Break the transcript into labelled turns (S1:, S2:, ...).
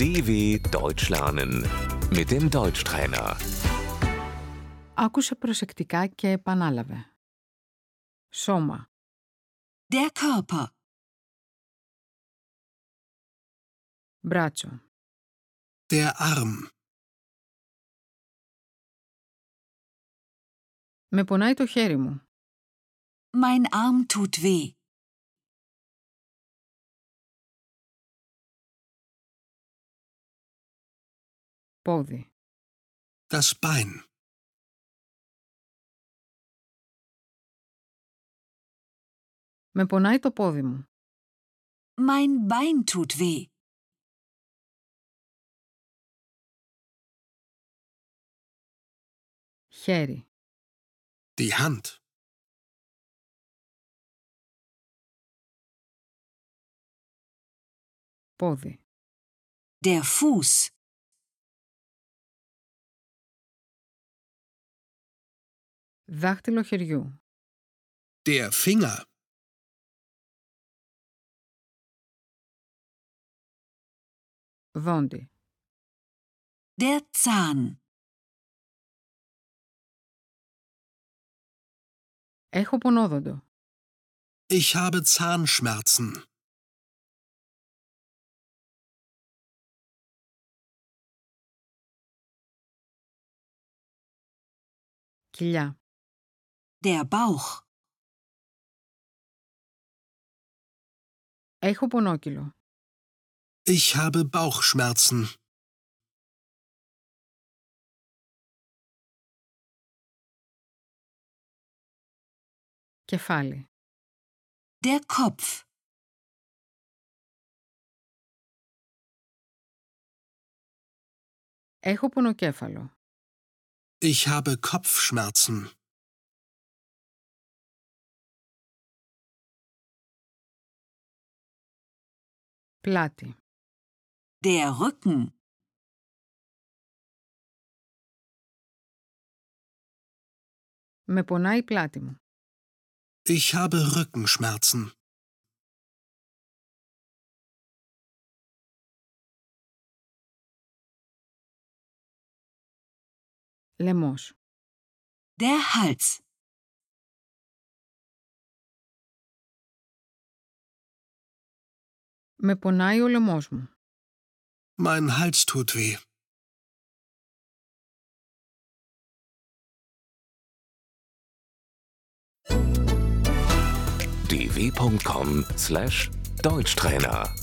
S1: DW Deutsch lernen mit dem Deutschtrainer.
S2: Άκουσε προσεκτικά και επανάλαβε. Σώμα,
S3: Der Körper,
S2: μπράτσο,
S4: Der Arm,
S2: με πονάει το χέρι μου,
S3: mein Arm tut weh,
S2: πόδι,
S4: das Bein,
S2: με πονάει το πόδι μου,
S3: mein Bein tut weh,
S2: χέρι,
S4: die Hand,
S2: πόδι,
S3: der Fuß,
S2: δάχτυλο χεριού,
S4: der Finger,
S2: δόντι,
S3: der Zahn.
S2: έχω πονόδοντο,
S4: ich habe Zahnschmerzen,
S2: κοιλιά,
S3: Der Bauch,
S2: έχω πονόκυλο,
S4: ich habe Bauchschmerzen,
S2: κεφάλι,
S3: der Kopf,
S2: έχω πονοκέφαλο,
S4: ich habe Kopfschmerzen,
S2: πλάτη,
S3: der Rücken,
S2: με πονάει η πλάτη μου,
S4: ich habe Rückenschmerzen,
S2: λαιμός,
S3: der Hals.
S2: με πονάει ο λαιμός μου,
S4: mein Hals tut weh,
S1: dw.com/deutschtrainer